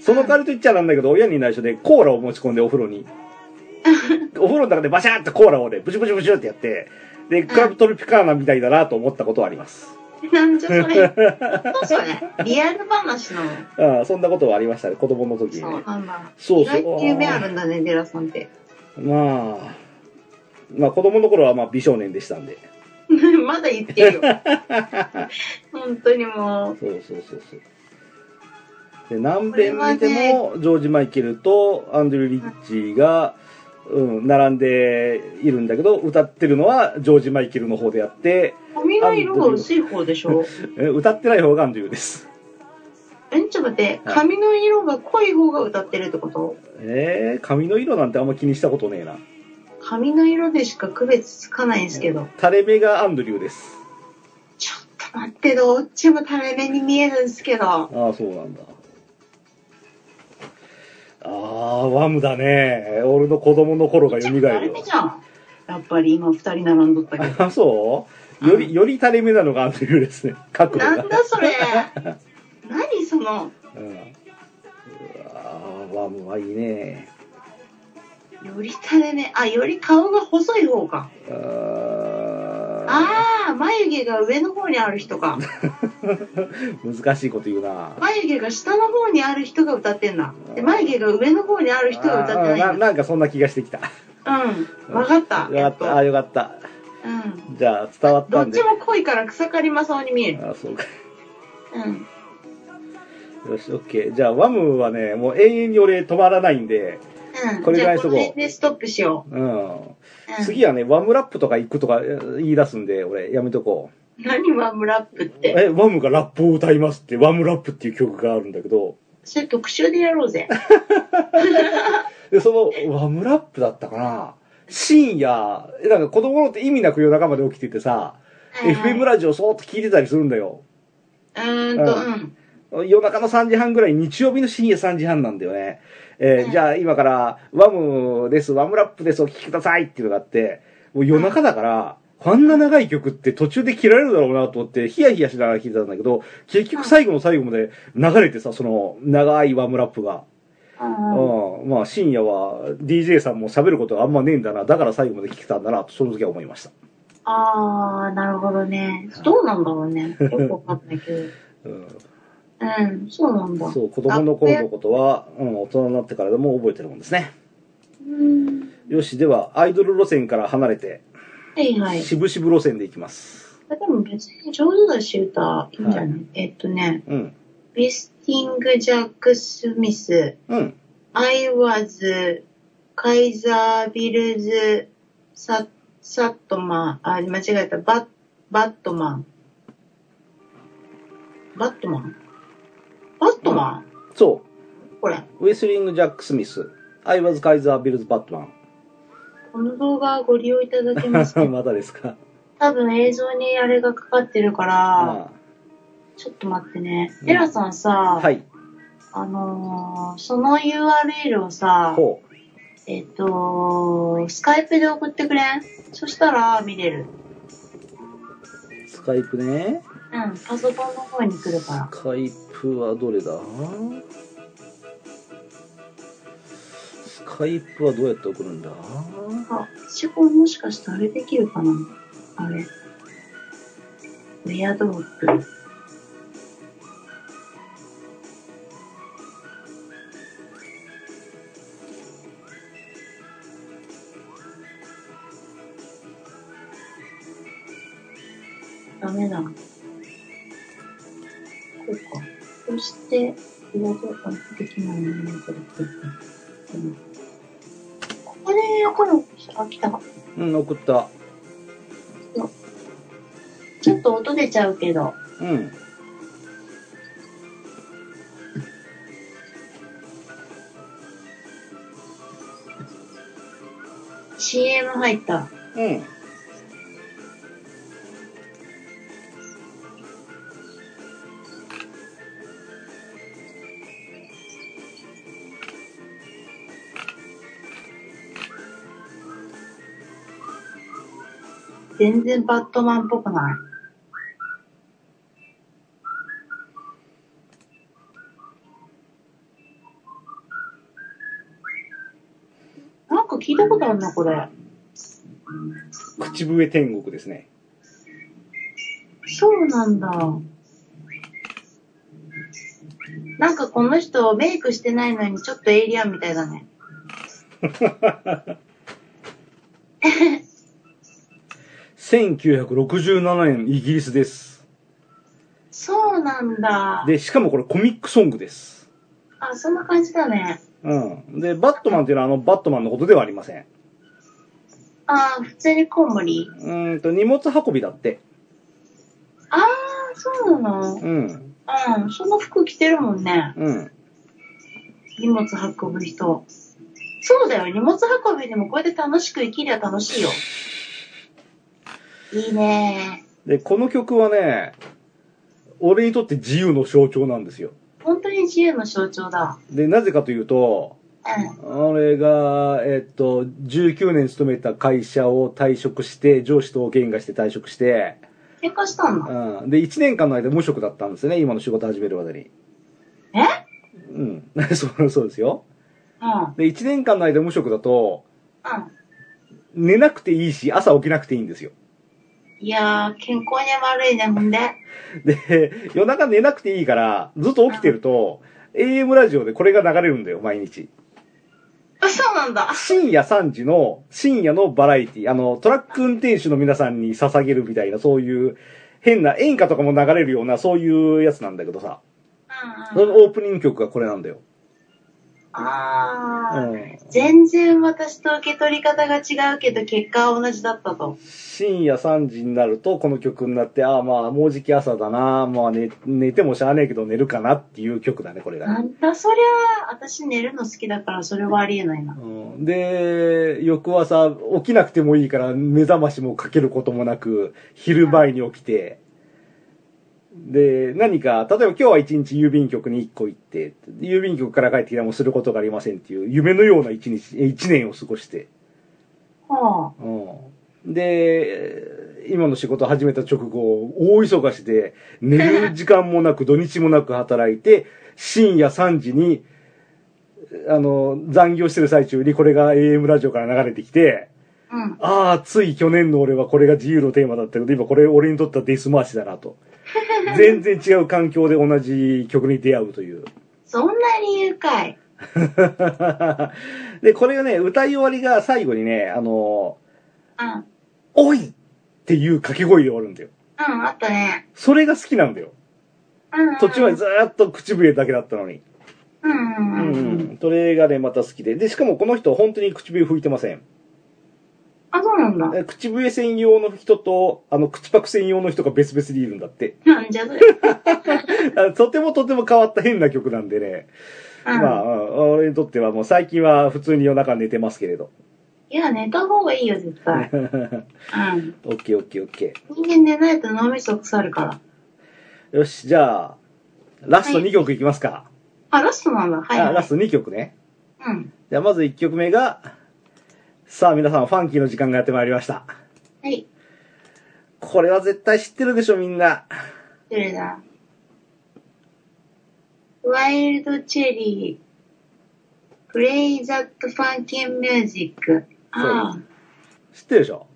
S1: その代わりと言っちゃなんだけど、親に内緒でコーラを持ち込んでお風呂に。お風呂の中でバシャーってコーラをね、ブシュブシュブシュってやって、で、クラブトルピカーナみたいだなと思ったことはあります。
S2: なんじゃそれ。そうそれ。リアル話なの。
S1: ああそんなことはありましたね、子供の時に
S2: そう
S1: ね。
S2: なんだ。
S1: そう
S2: 意
S1: そう
S2: 外と夢あるんだね、デラさんって。
S1: まあ、まあ子供の頃はまあ美少年でしたんで。
S2: まだ言って るよ。本当にもう。
S1: そうそうそうそう。で、南米見ても、ジョージ・マイケルとアンドリュー・リッチーが、うん、並んでいるんだけど、歌ってるのはジョージ・マイケルの方であって、
S2: 髪の色が薄い方でしょ
S1: え歌ってない方がアンドリューです。
S2: え、ちょっと待って、髪の色が濃い方が歌ってるってこと
S1: えー、髪の色なんてあんま気にしたことねえな。
S2: 髪の色でしか区別つかないんですけど。
S1: 垂れ目がアンドリューです。
S2: ちょっと待って、どっちも垂れ目に見えるんですけど。
S1: ああ、そうなんだ。ああ、ワムだね。俺の子供の頃が蘇る
S2: 垂れ
S1: よ
S2: 目。じゃん。やっぱり今二人並んどったけ
S1: あ、そうより、より垂れ目なのがアンドリューですね。角
S2: ど。
S1: 度
S2: な
S1: が
S2: ん。だ それ。何その、
S1: うん。うわーワムはいいね。
S2: より垂れ目。あ、より顔が細い方か。
S1: あー
S2: あー、眉毛が上の方にある 人か。
S1: 難しいこと言うな。
S2: 眉毛が下の方にある人が歌ってんだ。で、眉毛が上の方にある人が歌って
S1: あー
S2: な
S1: ない
S2: んだ。
S1: なんかそんな気がしてきた。
S2: うん。わかった。
S1: よか
S2: や
S1: っ。
S2: った
S1: あ
S2: と。
S1: ーよかった。
S2: うん。
S1: じゃあ、伝わっ
S2: ど
S1: た
S2: っ
S1: んで。
S2: ち
S1: あ
S2: も濃いから草刈正雄に見える。
S1: ーそうか。
S2: うん。
S1: よし、オッケー。じゃあ、ワムはね、もう永遠に俺止まらないんで、
S2: うん。
S1: これぐらいにしと
S2: じ
S1: こう
S2: ゃあこの辺でストップしよ
S1: うん。
S2: う。うん、
S1: 次はね、ワムラップとか行くとかえー言い出すんで、俺、やめとこう。
S2: 何ワムラップって。
S1: え、ワムがラップを歌いますって、ワムラップっていう曲があるんだけど、
S2: それ特集でやろ うぜ。
S1: で、その、ワムラップだったかな深夜、えなんか子供の頃って意味なく夜中まで起きててさ、FM
S2: ラ
S1: ラジオそーっと聞いてたりするんだよ。
S2: うーんと、うん。
S1: 夜中の3時半ぐらい、日曜日の深夜3時半なんだよね。えー
S2: うん
S1: じゃあ今から、ワムです、ワムラップです、お聴きくださいっていうのがあって、もう夜中だから、こんな長い曲って途中で切られるだろうなと思って、ヒヤヒヤしながら聴いてたんだけど、結局最後の最後まで流れてさ、その長いワムラップが。
S2: うん
S1: うん、まあ深夜は DJ さんも喋ることがあんまねえんだな、だから最後まで聴けたんだな、とその時は思いました。
S2: あー、なるほどね。どうなんだろうね。よくわかんないけど。
S1: うん
S2: うん、そうなんだ。
S1: そう、子供の頃のことは、うん、大人になってからでも覚えてるもんですね。
S2: うん。
S1: よし、では、アイドル路線から離れて、
S2: はいはい。
S1: 渋々路線でいきます。
S2: でも別に上手だし、歌、いいんじゃない、えっとね、
S1: うん。
S2: ビスティング・ジャック・スミス、
S1: うん。
S2: アイワズ、カイザー・ビルズ、ササットマン、あ、間違えた、バッ、バットマン。バットマンバットマン、
S1: そ
S2: これ。
S1: う、ウェスリング・ジャック・スミス、アイワズ・カイザー・ビルズ・バット
S2: この動画ご利用いただけます
S1: マン。
S2: か
S1: またですか。
S2: 多分映像にあれがかかってるから、
S1: あ
S2: ちょっと待ってね
S1: う。ん
S2: エラさんさ、
S1: あはい。
S2: あのーその URL をさ、
S1: ほう。
S2: えっ、とスカイプで送ってくれんそしたら見れる。
S1: スカイプね。
S2: うん、パソコンの方に来るから。
S1: スカイプはどれだスカイプはどうやって送るんだ
S2: あ、私これもしかしてあれできるかなあれ。ウェアドロップ。ダメだ。こうか。そして、ウェアドロップできないな、これ。うんここで、これ、あ、来た。
S1: うん、送った。
S2: ちょっと音出ちゃうけど。
S1: うん。
S2: CM 入った。
S1: うん。
S2: 全然バットマンっぽくない。なんか聞いたことあるな、これ。
S1: 口笛天国ですね。
S2: そうなんだ。なんかこの人、メイクしてないのにちょっとエイリアンみたいだね。
S1: 1967年イギリスです。
S2: そうなんだ。
S1: で、しかもこれコミックソングです。
S2: あ、そんな感じだね。
S1: うん。で、バットマンっていうのはあのバットマンのことではありません。
S2: あー、普通にコウモリ。
S1: うーんと、荷物運びだって。
S2: あー、そうなの。
S1: うん。
S2: うん、その服着てるもんね。
S1: うん。
S2: 荷物運ぶ人。そうだよ、荷物運びでもこうやって楽しく生きりゃ楽しいよ。いいね
S1: で、この曲はね、俺にとって自由の象徴なんですよ。
S2: 本当に自由の象徴だ。
S1: で、なぜかというと、
S2: うん。
S1: 俺が、えっと、19年勤めた会社を退職して、上司と喧嘩して退職して、
S2: 喧嘩したんだ。
S1: うん。で、1年間の間無職だったんですね、今の仕事始めるまでに。
S2: え
S1: うん。 そう、そうですよ。
S2: うん。うん。
S1: で、1年間の間無職だと、寝なくていいし、朝起きなくていいんですよ。
S2: いやー、健康に悪いね、ほんで。
S1: で、夜中寝なくていいから、ずっと起きてると、AM ラジオでこれが流れるんだよ、毎日。
S2: あ、そうなんだ。
S1: 深夜3時の、深夜のバラエティ、あの、トラック運転手の皆さんに捧げるみたいな、そういう、変な演歌とかも流れるような、そういうやつなんだけどさ。
S2: うん
S1: そ
S2: うん。
S1: のオープニング曲がこれなんだよ。
S2: ああ、
S1: うん、
S2: 全然私と受け取り方が違うけど結果は同じだったと。
S1: 深夜3時になるとこの曲になって、ああまあもうじき朝だな、まあ寝寝てもしゃあねえけど寝るかなっていう曲だね、これがね。
S2: なんだそりゃ、私寝るの好きだからそれはありえないな。
S1: うんで、翌朝起きなくてもいいから目覚ましもかけることもなく、昼前に起きて、で、何か、例えば今日は一日郵便局に1個行って、郵便局から帰ってきたらもうすることがありませんっていう、夢のような一日、一年を過ごして、
S2: は
S1: うんで、今の仕事を始めた直後、大忙しで、寝る時間もなく、土日もなく働いて、深夜3時に、あの、残業してる最中にこれが AM ラジオから流れてきて、
S2: あ。うん。
S1: ああ、つい去年の俺はこれが自由のテーマだったけど、今これ俺にとってはデスマーチだなと。全然違う環境で同じ曲に出会うという。
S2: そんな理由かい。
S1: で、これがね、歌い終わりが最後にね、あの、
S2: うん。うん、
S1: おいっていう掛け声で終わるんだよ。
S2: あったね。
S1: それが好きなんだよ。
S2: うんうん。
S1: 途中までずーっと口笛だけだったのに。
S2: うん
S1: う
S2: うんうん。うん、
S1: ん。それがね、また好きで。で、しかもこの人、本当に口笛吹いてません。
S2: あ、そうなんだ。
S1: え口笛専用の人と、あの、口パク専用の人が別々にいるんだって。
S2: うん、じゃあそれ。
S1: あとてもとても変わった変な曲なんでね。
S2: うん。
S1: まあ、うん俺にとってはもう最近は普通に夜中寝てますけれど。
S2: いや、寝た方がいいよ、絶
S1: オ
S2: 対。
S1: ッ
S2: うん。
S1: ケーオッケーオッケ
S2: 人間寝ないと脳みそ腐るから。
S1: ー。よし、じゃあ、ラスト2曲いきますか。
S2: あ、ラストなんだ。はい、
S1: あラスト2曲ね。
S2: うん。
S1: じゃあまず1曲目が、さあ皆さん、ファンキーの時間がやってまいりました。
S2: はい。
S1: これは絶対知ってるでしょ、みんな。
S2: どれだワイルドチェリー。プレイザットファンキンミュージック。あ
S1: 知ってるでしょ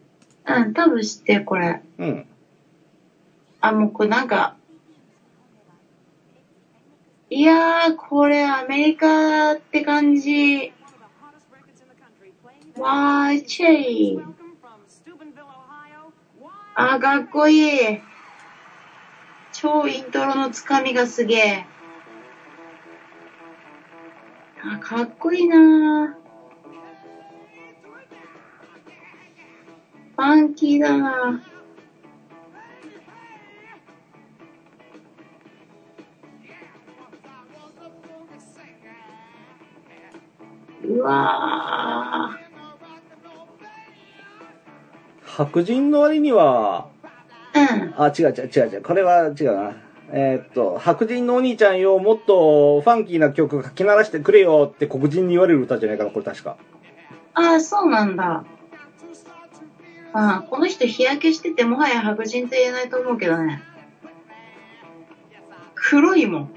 S2: あ。うん、多分知ってる、これ。
S1: うん。
S2: あ、もうこれなんか。いやー、これアメリカって感じ。わーい、チェリー。あー、かっこいい。超イントロのつかみがすげえ。あー、かっこいいなー。ファンキーだなー。うわ
S1: 白人の割には、
S2: ー。うん。
S1: あ、違う違う違う違う。これは違うな。えーっと、白人のお兄ちゃんよ、もっとファンキーな曲書き鳴らしてくれよって黒人に言われる歌じゃないかな、これ確か。
S2: ああ、そうなんだ。ああ、この人日焼けしててもはや白人と言えないと思うけどね。黒いもん。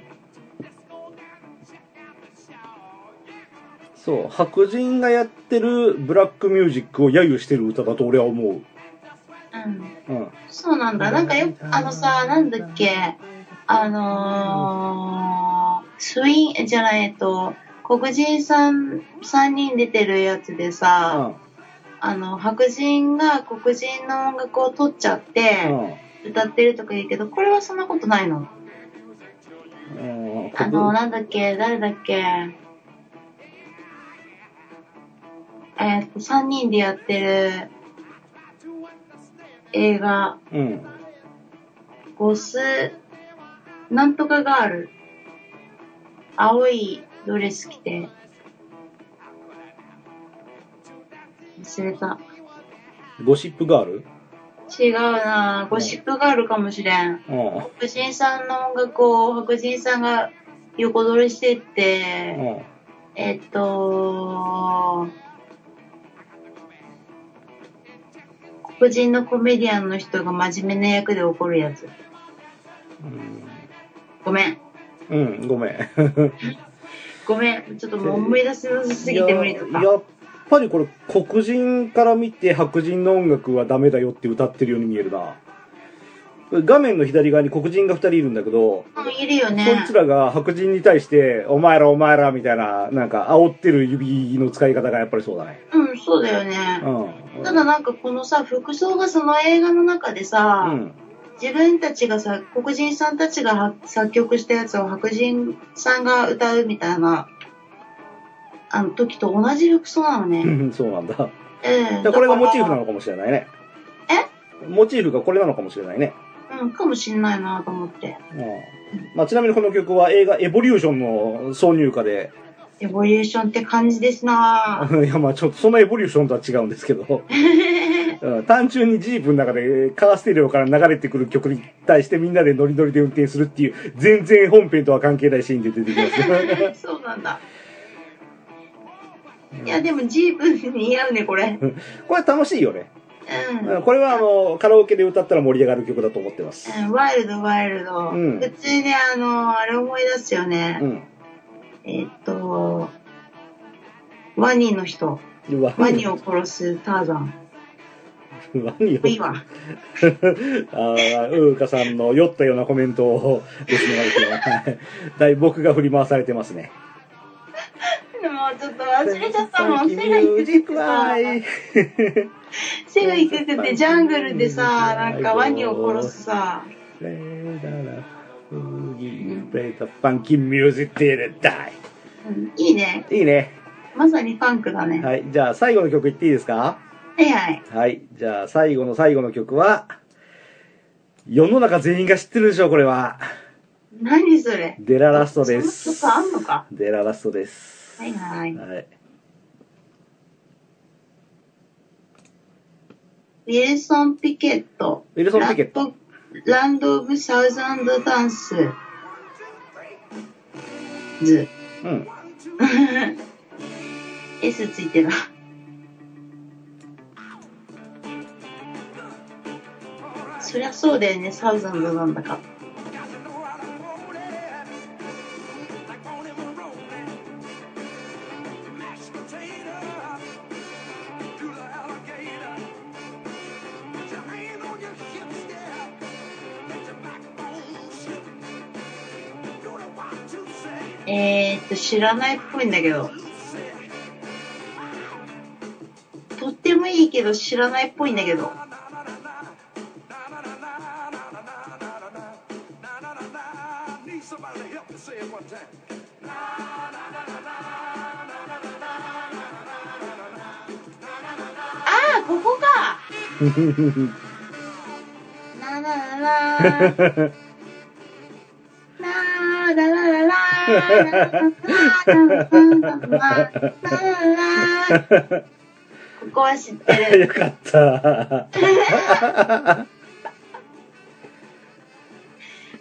S1: そう、白人がやってるブラックミュージックを揶揄してる歌だと俺は思う。
S2: うん。
S1: うん。
S2: そうなんだ。なんかよく、あのさ、なんだっけ、あのー、スイン、じゃない、えっと、黒人さん3人出てるやつでさ、あの、白人が黒人の音楽を取っちゃっ
S1: う
S2: て、
S1: ん。
S2: 歌ってるとか言うけど、これはそんなことないの。
S1: うん。うん、
S2: あの、
S1: 黒
S2: なんだっけ、誰だっけ。えーっと、3人でやってる映画、
S1: うん。
S2: ゴス、なんとかガール。青いドレス着て。忘れた。
S1: ゴシップガール
S2: 違うなぁゴシップガールかもしれ
S1: う
S2: ん。
S1: ん。
S2: 白人さんの音楽を白人さんが横取りしてって、
S1: うん。
S2: えっと、黒人のコメディアンの人が真面目な役で怒るやつ。ごめん。
S1: うん、ごめん。
S2: ごめん。ちょっともう思い出せなさすぎ
S1: い
S2: て
S1: や
S2: 無理だった。
S1: やっぱりこれ黒人から見て白人の音楽はダメだよって歌ってるように見えるな画面の左側に黒人が2人いるんだけど、
S2: うんいるよ
S1: そい
S2: ね
S1: つ。らが白人に対して「お前らお前ら」みたいななんか煽ってる指の使い方がやっぱりそうだね
S2: うん、そうだよ
S1: う
S2: ね。
S1: ん
S2: ただなんかこのさ、服装がその映画の中で
S1: う
S2: さ、
S1: ん
S2: 自分たちがさ、黒人さんたちが作曲したやつを白人さんが歌うみたいなあの時と同じ服装なのね。
S1: そうなん だ。
S2: ええ
S1: でこれがモチーフな
S2: だか
S1: のかもしれないね。モチーフがこれなのかもしれないね。
S2: らうん、かもしんないなと思って。
S1: うんまあ、ちなみにこの曲は映画エボリューションの挿入歌で、
S2: エボリューションって感じです な
S1: いやまあちょっとそのエボリューションとは違うんですけ ど、うん単純にジープの中でカーステレオから流れてくる曲に対してみんなでノリノリで運転するっていう、全然本編とは関係ないシーンで出てきますね。
S2: そうなんだ。いや、でもジープに似合うね、これ。
S1: これ楽しいよね。
S2: うん。
S1: うんこれはあの、カラオケで歌ったら盛り上がる曲だと思ってます。
S2: うんワイルド、ワイルド。
S1: うん
S2: 普通にねあの、あれ思い出すよね。
S1: うん。
S2: えーっと、ワニの人。
S1: うわ
S2: ワニを殺すターザン。
S1: ワニを
S2: いいわ。
S1: ああ、ウーカさんの酔ったようなコメントをですね、はいだいぶ僕が振り回されてますね。
S2: もうちょっと忘れちゃったもん。背が低くてさ、背が低くてジャングルでさ、なんかワニを殺すさ。
S1: Play the funky music till it die.
S2: うんいいね。
S1: いいね。
S2: まさにパンクだね。
S1: はい。じゃあ最後の曲いっていいですか
S2: はいはい。
S1: はい。じゃあ最後の最後の曲は、世の中全員が知ってるでしょ、これは。
S2: 何それ
S1: デララストです。
S2: そんな曲あんのか
S1: デララストです。
S2: はいはい。
S1: はい。
S2: ウィルソン・ピケット。
S1: ウィルソンピケット
S2: ランド。ランド・オブ・サウザンド・ダンス。ズ。
S1: うん。
S2: S ついてる。そりゃそうだよね、サウザンドなんだか。えー、っと、知らないっぽいんだけど。とってもいいけど、知らないっぽいんだけど。
S3: Somebody to help me say it one time.
S2: ああ、ここかななななーなーだらららーなーなーなーなーなーなーなーここは知ってる。
S1: よかった。
S2: あ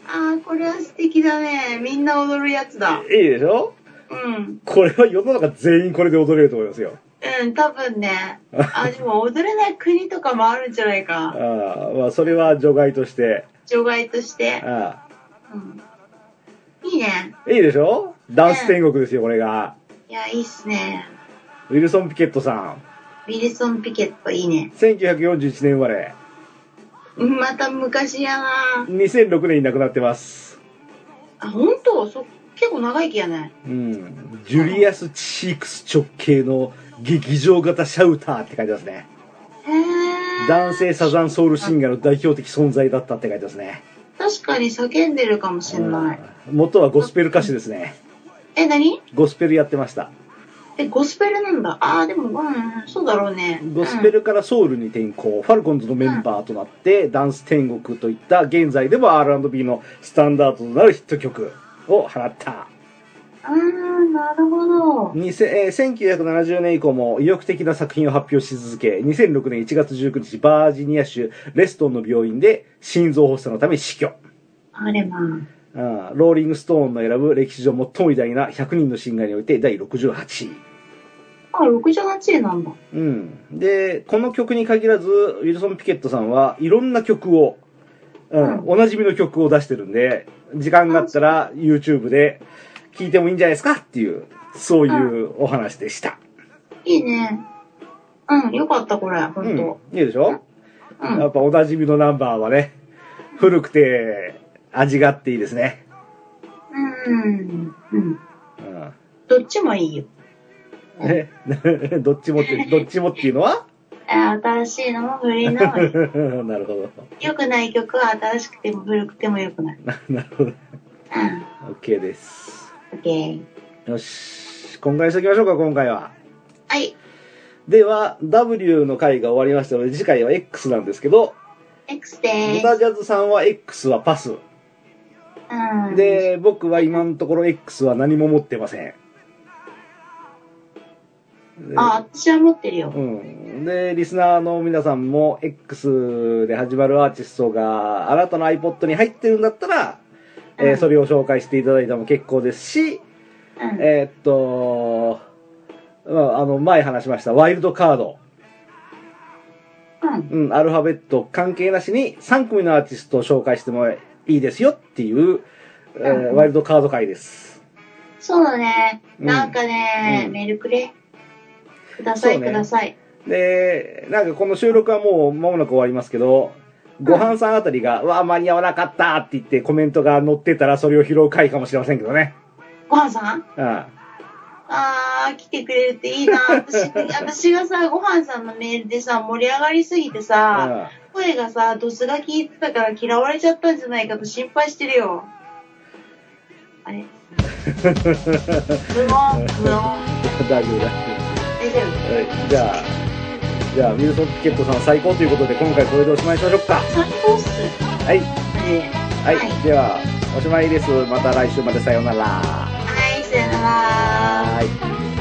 S2: あ、これは素敵だね。みんな踊るやつだ。
S1: いいでしょ
S2: うん。
S1: これは世の中全員これで踊れると思いますよ。
S2: うん、多分ね。あ、でも踊れない国とかもあるんじゃないか。
S1: ああ、まあそれは除外として。
S2: 除外として。
S1: あ
S2: うん。いいね。
S1: あいいでしょダンス天国ですよ、これが。
S2: いや、いいっすね。
S1: ウィルソン・ピケットさん。
S2: ウィルソン・ピケット、いいね。
S1: 1941年生まれ。
S2: うんまた昔やな
S1: 2006年に亡くなってます。
S2: あ、本当そ結構長生きやね。
S1: うん。ジュリアス・チークス直系の劇場型シャウターって書いてますね。
S2: へー
S1: 男性サザンソウルシンガーの代表的存在だったって書いてますね。
S2: 確かに叫んでるかもしれない。
S1: うん元はゴスペル歌手ですね。
S2: え、何
S1: ゴスペルやってました。
S2: え、ゴスペルなんだ。ああ、でも、うん、そうだろうね。
S1: ゴスペルからソウルに転向、ファルコンズのメンバーとなって、ダンス天国といった現在でも R&B のスタンダードとなるヒット曲を放った。
S2: うん。ああ、なるほど。
S1: 2000えー1970年以降も意欲的な作品を発表し続け、2006年1月19日、バージニア州レストンの病院で心臓発作のため死去。
S2: あれまあ。
S1: うんローリングストーンの選ぶ歴史上最も偉大な100人のシンガーにおいて第68位。
S2: あ、68円なんだ。
S1: うん。で、この曲に限らず、ウィルソン・ピケットさんはいろんな曲を、うん、
S2: う
S1: おなじみの曲を出してるんで、時間があったら YouTube で聴いてもいいんじゃないですかっていう、そういうお話でした。
S2: いいね。うん、よかった、これ、ほ
S1: うんん
S2: と。。
S1: いいでしょ、
S2: う
S1: や
S2: ん。
S1: っぱおなじみのナンバーはね、古くて味があっていいですね。
S2: うん。うん。
S1: うん。
S2: どっちもいいよ。
S1: え どっちもって、どっちもっていうのは
S2: あ新しいのも古いのもいい。
S1: なるほど。
S2: 良くない曲は新しくても古くても良くない。
S1: ななるほど。
S2: うん。
S1: OK です。
S2: オッケー。
S1: よし。こんぐらいにしておきましょうか、今回は。
S2: はい。
S1: では、W の回が終わりましたので、次回は X なんですけど、
S2: X で
S1: ブ
S2: す
S1: タ。ジャズさんは X はパス。
S2: うん、
S1: で、僕は今のところ X は何も持ってません。で
S2: あ、私は持ってるよ
S1: う。ん。で、リスナーの皆さんも X で始まるアーティストが、あなたの iPod に入ってるんだったら、えー
S2: うん
S1: それを紹介していただいても結構ですし、
S2: うん。
S1: えーっと、まああの、前話しました、ワイルドカード。
S2: うん。
S1: うん、アルファベット関係なしに3組のアーティストを紹介してもいいですよっていう、えー
S2: うん
S1: ワイルドカード会です。
S2: そうだね。
S1: うん
S2: なんかね、
S1: うん
S2: メールくれ。くださ
S1: そ
S2: い、
S1: うね
S2: ください。
S1: で、なんかこの収録はもう間もなく終わりますけど、ごはんさんあたりが、うわ、間に合わなかったって言ってコメントが載ってたらそれを拾う回かもしれませんけどね。
S2: ごはんさん
S1: うん。
S2: あー、来てくれるっていいな。 私、私がさ、ごはんさんのメールでさ、盛り上がりすぎてさ、声がさ、ドスが効いてたから嫌われちゃったんじゃないかと心配してるよ。あれ無音、無音。
S1: うん、大丈夫だ。はい
S2: 大丈夫。
S1: じゃあ、じゃあ、ミルソンピケットさん最高ということで今回これでおしまいにしましょうか。
S2: 最高っす。
S1: はい。
S2: え
S1: はい。
S2: はい
S1: では、おしまいです。また来週までさようなら。
S2: ーはい、さよなら。
S1: は
S4: 「
S1: い。
S4: あなたの